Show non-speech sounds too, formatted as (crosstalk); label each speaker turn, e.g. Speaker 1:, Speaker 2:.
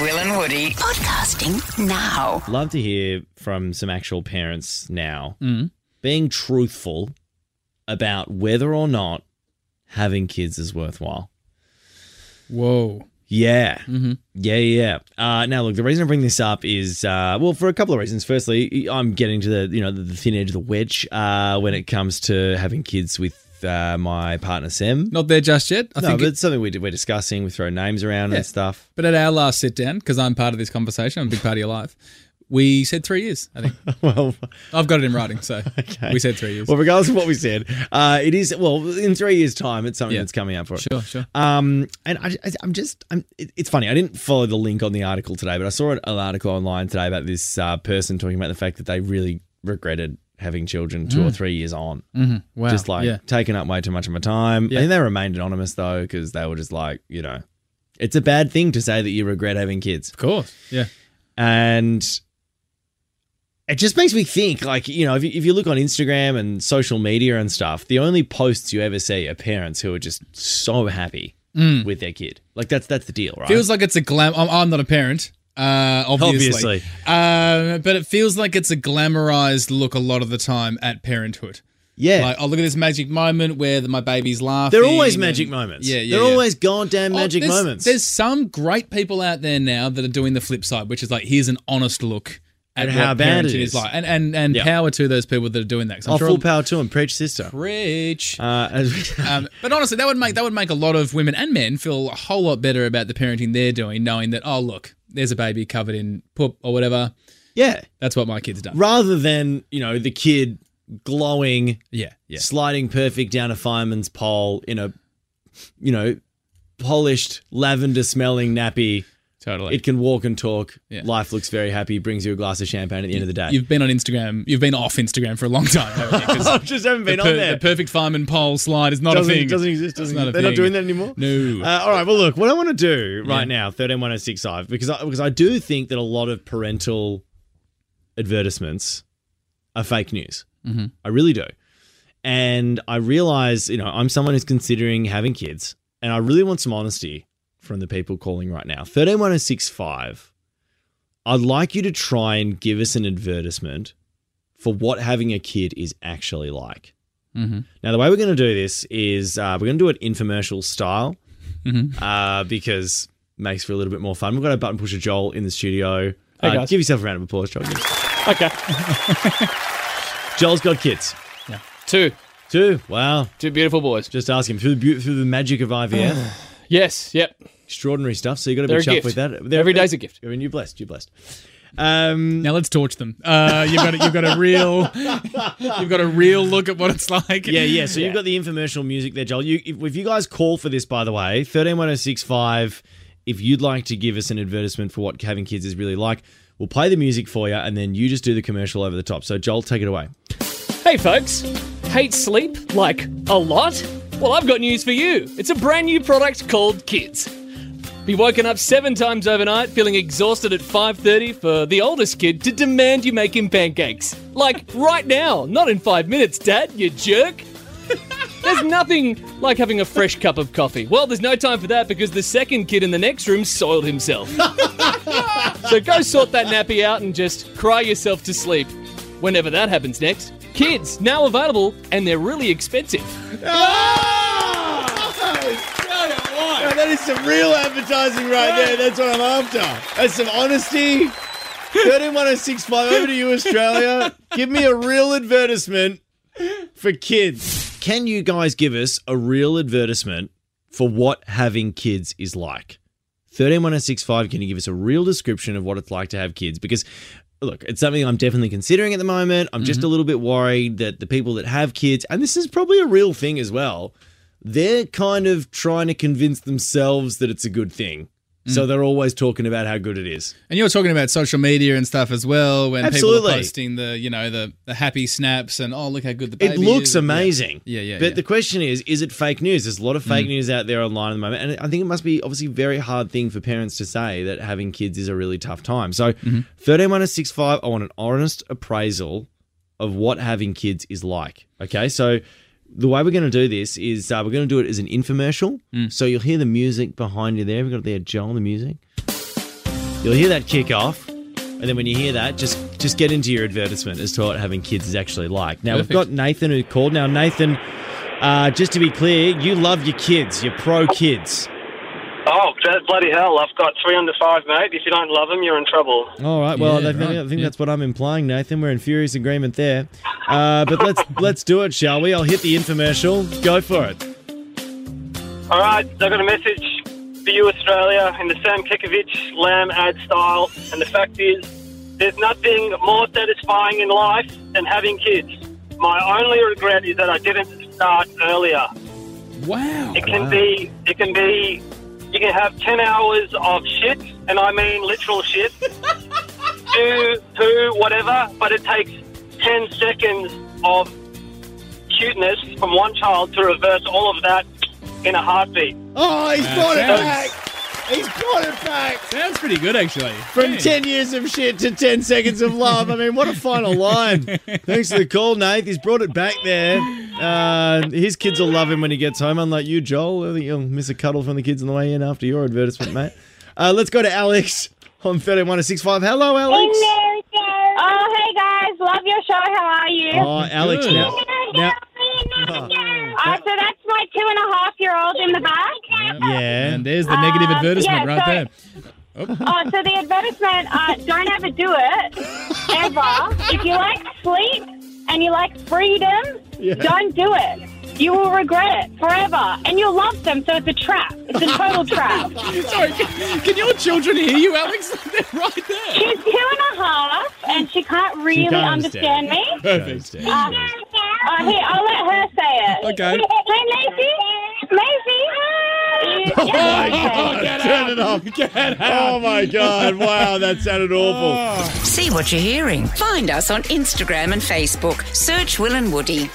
Speaker 1: Will and Woody podcasting now.
Speaker 2: Love to hear from some actual parents now
Speaker 3: Mm.
Speaker 2: being truthful about whether or not having kids is worthwhile.
Speaker 3: Whoa.
Speaker 2: Yeah.
Speaker 3: Mm-hmm.
Speaker 2: Yeah, yeah. Uh, now, look, the reason I bring this up is, uh, well, for a couple of reasons. Firstly, I'm getting to the, you know, the thin edge of the wedge uh, when it comes to having kids with uh, my partner, Sam.
Speaker 3: Not there just yet. I
Speaker 2: no,
Speaker 3: think
Speaker 2: but
Speaker 3: it-
Speaker 2: it's something we, we're discussing. We throw names around
Speaker 3: Yeah.
Speaker 2: and stuff. (laughs)
Speaker 3: But at our last sit down, because I'm part of this conversation, I'm a big part of your life. We said three years. I
Speaker 2: (laughs)
Speaker 3: think
Speaker 2: well,
Speaker 3: I've got it in writing, so we said three years.
Speaker 2: well, regardless of what we said, uh, it is, well, in three years' time, it's something
Speaker 3: Yeah.
Speaker 2: that's coming up for us.
Speaker 3: sure, sure.
Speaker 2: Um, and I, I- I'm just, I'm, it- it's funny. I didn't follow the link on the article today, but I saw an, an article online today about this uh, person talking about the fact that they really regretted having children two or three years on,
Speaker 3: Mm. Mm-hmm. Wow.
Speaker 2: just like
Speaker 3: yeah.
Speaker 2: taking up way too much of my time.
Speaker 3: Yeah.
Speaker 2: I think they remained anonymous though, because they were just like, you know, it's a bad thing to say that you regret having kids,
Speaker 3: of course. Yeah.
Speaker 2: and. It just makes me think, like, you know, if you, if you look on Instagram and social media and stuff, the only posts you ever see are parents who are just so happy
Speaker 3: Mm.
Speaker 2: with their kid. Like that's that's the deal, right?
Speaker 3: Feels like it's a glam. I'm, I'm not a parent, uh, obviously.
Speaker 2: Obviously.
Speaker 3: Um, but it feels like it's a glamorized look a lot of the time at parenthood.
Speaker 2: yeah.
Speaker 3: Like, oh, look at this magic moment where the, my baby's laughing.
Speaker 2: they're always
Speaker 3: and-
Speaker 2: magic moments.
Speaker 3: Yeah, yeah.
Speaker 2: They're
Speaker 3: yeah.
Speaker 2: always goddamn
Speaker 3: Oh,
Speaker 2: magic
Speaker 3: there's-
Speaker 2: moments.
Speaker 3: There's some great people out there now that are doing the flip side, which is like here's an honest look at
Speaker 2: At how
Speaker 3: what
Speaker 2: bad it
Speaker 3: parenting
Speaker 2: is.
Speaker 3: like, and and and
Speaker 2: Yeah.
Speaker 3: power to those people that are doing that. 'Cause I'm
Speaker 2: oh,
Speaker 3: sure
Speaker 2: full power to him, preach sister.
Speaker 3: rich.
Speaker 2: Uh, as-
Speaker 3: Um, but honestly, that would make that would make a lot of women and men feel a whole lot better about the parenting they're doing, knowing that oh look, there's a baby covered in poop or whatever.
Speaker 2: (laughs) yeah,
Speaker 3: That's what my kids done.
Speaker 2: rather than you know the kid glowing,
Speaker 3: Yeah, yeah,
Speaker 2: sliding perfect down a fireman's pole in a, you know, polished lavender smelling nappy.
Speaker 3: totally.
Speaker 2: It can walk and talk.
Speaker 3: Yeah.
Speaker 2: Life looks very happy. Brings you a glass of champagne at the end of the day. (laughs)
Speaker 3: You've been on Instagram. You've been off Instagram for a long time. Haven't you? 'Cause
Speaker 2: I just haven't been
Speaker 3: the,
Speaker 2: on
Speaker 3: per-
Speaker 2: there.
Speaker 3: the perfect fireman pole slide is not a
Speaker 2: doesn't,
Speaker 3: thing.
Speaker 2: doesn't exist. Doesn't
Speaker 3: not a
Speaker 2: exist. They're not
Speaker 3: thing.
Speaker 2: doing that anymore.
Speaker 3: No.
Speaker 2: Uh, all right. Well, look, what I want to do right now, thirteen one zero six five, because I, because I do think that a lot of parental advertisements are fake news. Mm-hmm. I really do, and I realize you know I'm someone who's considering having kids, and I really want some honesty from the people calling right now. Thirteen one zero six five. I'd like you to try and give us an advertisement for what having a kid is actually like.
Speaker 3: mm-hmm.
Speaker 2: Now, the way we're going to do this is uh, we're going to do it infomercial style
Speaker 3: Mhm.
Speaker 2: uh, because it makes for a little bit more fun. We've got a button pusher Joel in the studio. uh,
Speaker 3: guys.
Speaker 2: Give yourself a round of applause, Joel.
Speaker 4: (laughs) Okay.
Speaker 2: (laughs) Joel's got kids.
Speaker 4: Two.
Speaker 2: Two. Wow.
Speaker 4: Two beautiful boys.
Speaker 2: Just ask him. Through the, beau- through the magic of IVF,
Speaker 4: (sighs) Yes. Yep.
Speaker 2: extraordinary stuff. So you got to
Speaker 4: They're
Speaker 2: be
Speaker 4: a
Speaker 2: chuffed
Speaker 4: gift.
Speaker 2: with that.
Speaker 4: Every day's a gift.
Speaker 2: I mean, you're blessed. You're blessed. Um,
Speaker 3: Now let's torch them. Uh, you've got a, you've got
Speaker 2: (laughs)
Speaker 3: a real you've got a real look at what it's like.
Speaker 2: yeah, yeah. So you've got the infomercial music there, Joel. You, if, if you guys call for this, by the way, thirteen one zero six five. If you'd like to give us an advertisement for what having kids is really like, we'll play the music for you, and then you just do the commercial over the top. So Joel, take it away.
Speaker 4: Hey, folks. Hate sleep? Like, a lot? Well, I've got news for you. It's a brand new product called Kids. Be woken up seven times overnight, feeling exhausted at 5.30 for the oldest kid to demand you make him pancakes. Like, right now. Not in five minutes, Dad, you jerk. There's nothing like having a fresh cup of coffee. Well, there's no time for that because the second kid in the next room soiled himself. so go sort that nappy out and just cry yourself to sleep. Whenever that happens next. Kids, now available, and they're really expensive.
Speaker 2: that is some real advertising right there. That's what I'm after. That's some honesty. Thirteen one zero six five. Over to you, Australia. Give me a real advertisement for kids. Can you guys give us a real advertisement for what having kids is like? Thirteen one zero six five. Can you give us a real description of what it's like to have kids? Because look, it's something I'm definitely considering at the moment. I'm just a little bit worried that the people that have kids, and this is probably a real thing as well, they're kind of trying to convince themselves that it's a good thing. So they're always talking about how good it is.
Speaker 3: And you were talking about social media and stuff as well, when people
Speaker 2: Absolutely.
Speaker 3: are posting the you know the the happy snaps and oh look how good the baby
Speaker 2: It looks
Speaker 3: is.
Speaker 2: amazing.
Speaker 3: Yeah, yeah.
Speaker 2: But
Speaker 3: yeah. Mm.
Speaker 2: the question is, is it fake news? There's a lot of fake news out there online at the moment, and I think it must be obviously a very hard thing for parents to say that having kids is a really tough time. So,
Speaker 3: Mm-hmm.
Speaker 2: thirteen minus six five. I want an honest appraisal of what having kids is like. Okay, so the way we're going to do this is uh, we're going to do it as an
Speaker 3: Mm.
Speaker 2: infomercial. So you'll hear the music behind you there. We've got it there, Joel, the music. You'll hear that kick off, and then when you hear that, just just get into your advertisement as to what having kids is actually like. Now
Speaker 3: Perfect.
Speaker 2: we've got Nathan who called. Now Nathan, uh, just to be clear, you love your kids. You're pro kids.
Speaker 5: Oh, bl- bloody hell. I've got three under five, mate. If you don't love them, you're in trouble.
Speaker 2: All right. Well,
Speaker 3: Yeah,
Speaker 2: I think,
Speaker 3: right,
Speaker 2: I think
Speaker 3: yeah.
Speaker 2: that's what I'm implying, Nathan. We're in furious agreement there. Uh, but (laughs) let's let's do it, shall we? I'll hit the infomercial. Go for it.
Speaker 5: All right, I've got a message for you, Australia, in the Sam Kikovich lamb ad style. And the fact is, there's nothing more satisfying in life than having kids. My only regret is that I didn't start earlier.
Speaker 3: Wow.
Speaker 5: It can be, it can be, you can have 10 hours of shit, and I mean literal shit, poo, poo, whatever, but it takes 10 seconds of cuteness from one child to reverse all of that in a heartbeat.
Speaker 2: Oh, he's
Speaker 3: Uh,
Speaker 2: brought it
Speaker 3: sounds-
Speaker 2: back. He's brought it back.
Speaker 3: Sounds pretty good, actually.
Speaker 2: From
Speaker 3: Yeah.
Speaker 2: 10 years of shit to 10 seconds of love. I mean, what a final line. Thanks for the call, Nate. He's brought it back there. Uh, his kids will love him when he gets home, unlike you, Joel. I think you'll miss a cuddle from the kids on the way in after your advertisement, mate. Uh, let's go to Alex on 31065. Hello, Alex.
Speaker 6: Oh, hey guys, love your show. How are you?
Speaker 2: Oh, Alex.
Speaker 3: Good.
Speaker 2: Now, now,
Speaker 6: Uh, so that's my two and a half year old in the back.
Speaker 2: yeah.
Speaker 3: And there's the negative
Speaker 6: Um,
Speaker 3: advertisement
Speaker 6: yeah,
Speaker 3: right
Speaker 6: so-
Speaker 3: there.
Speaker 6: Oh, so the advertisement, uh, don't ever do it, ever. If you like sleep and you like freedom,
Speaker 2: Yeah.
Speaker 6: don't do it. You will regret it forever. And you'll love them, so it's a trap. It's a
Speaker 3: (laughs)
Speaker 6: total trap.
Speaker 3: Sorry, can, can your children hear you, Alex? (laughs) They're right there.
Speaker 6: She's two and a half, and she can't really
Speaker 2: can't understand.
Speaker 6: understand me.
Speaker 3: Perfect.
Speaker 6: Uh, uh, here, I'll let her say it.
Speaker 3: Okay.
Speaker 6: Hey, Macy. Macy. You-
Speaker 2: Oh my
Speaker 6: yeah, okay.
Speaker 2: god, turn it off. Oh my god, wow, that sounded awful.
Speaker 3: Oh,
Speaker 1: See what you're hearing. Find us on Instagram and Facebook. Search Will and Woody.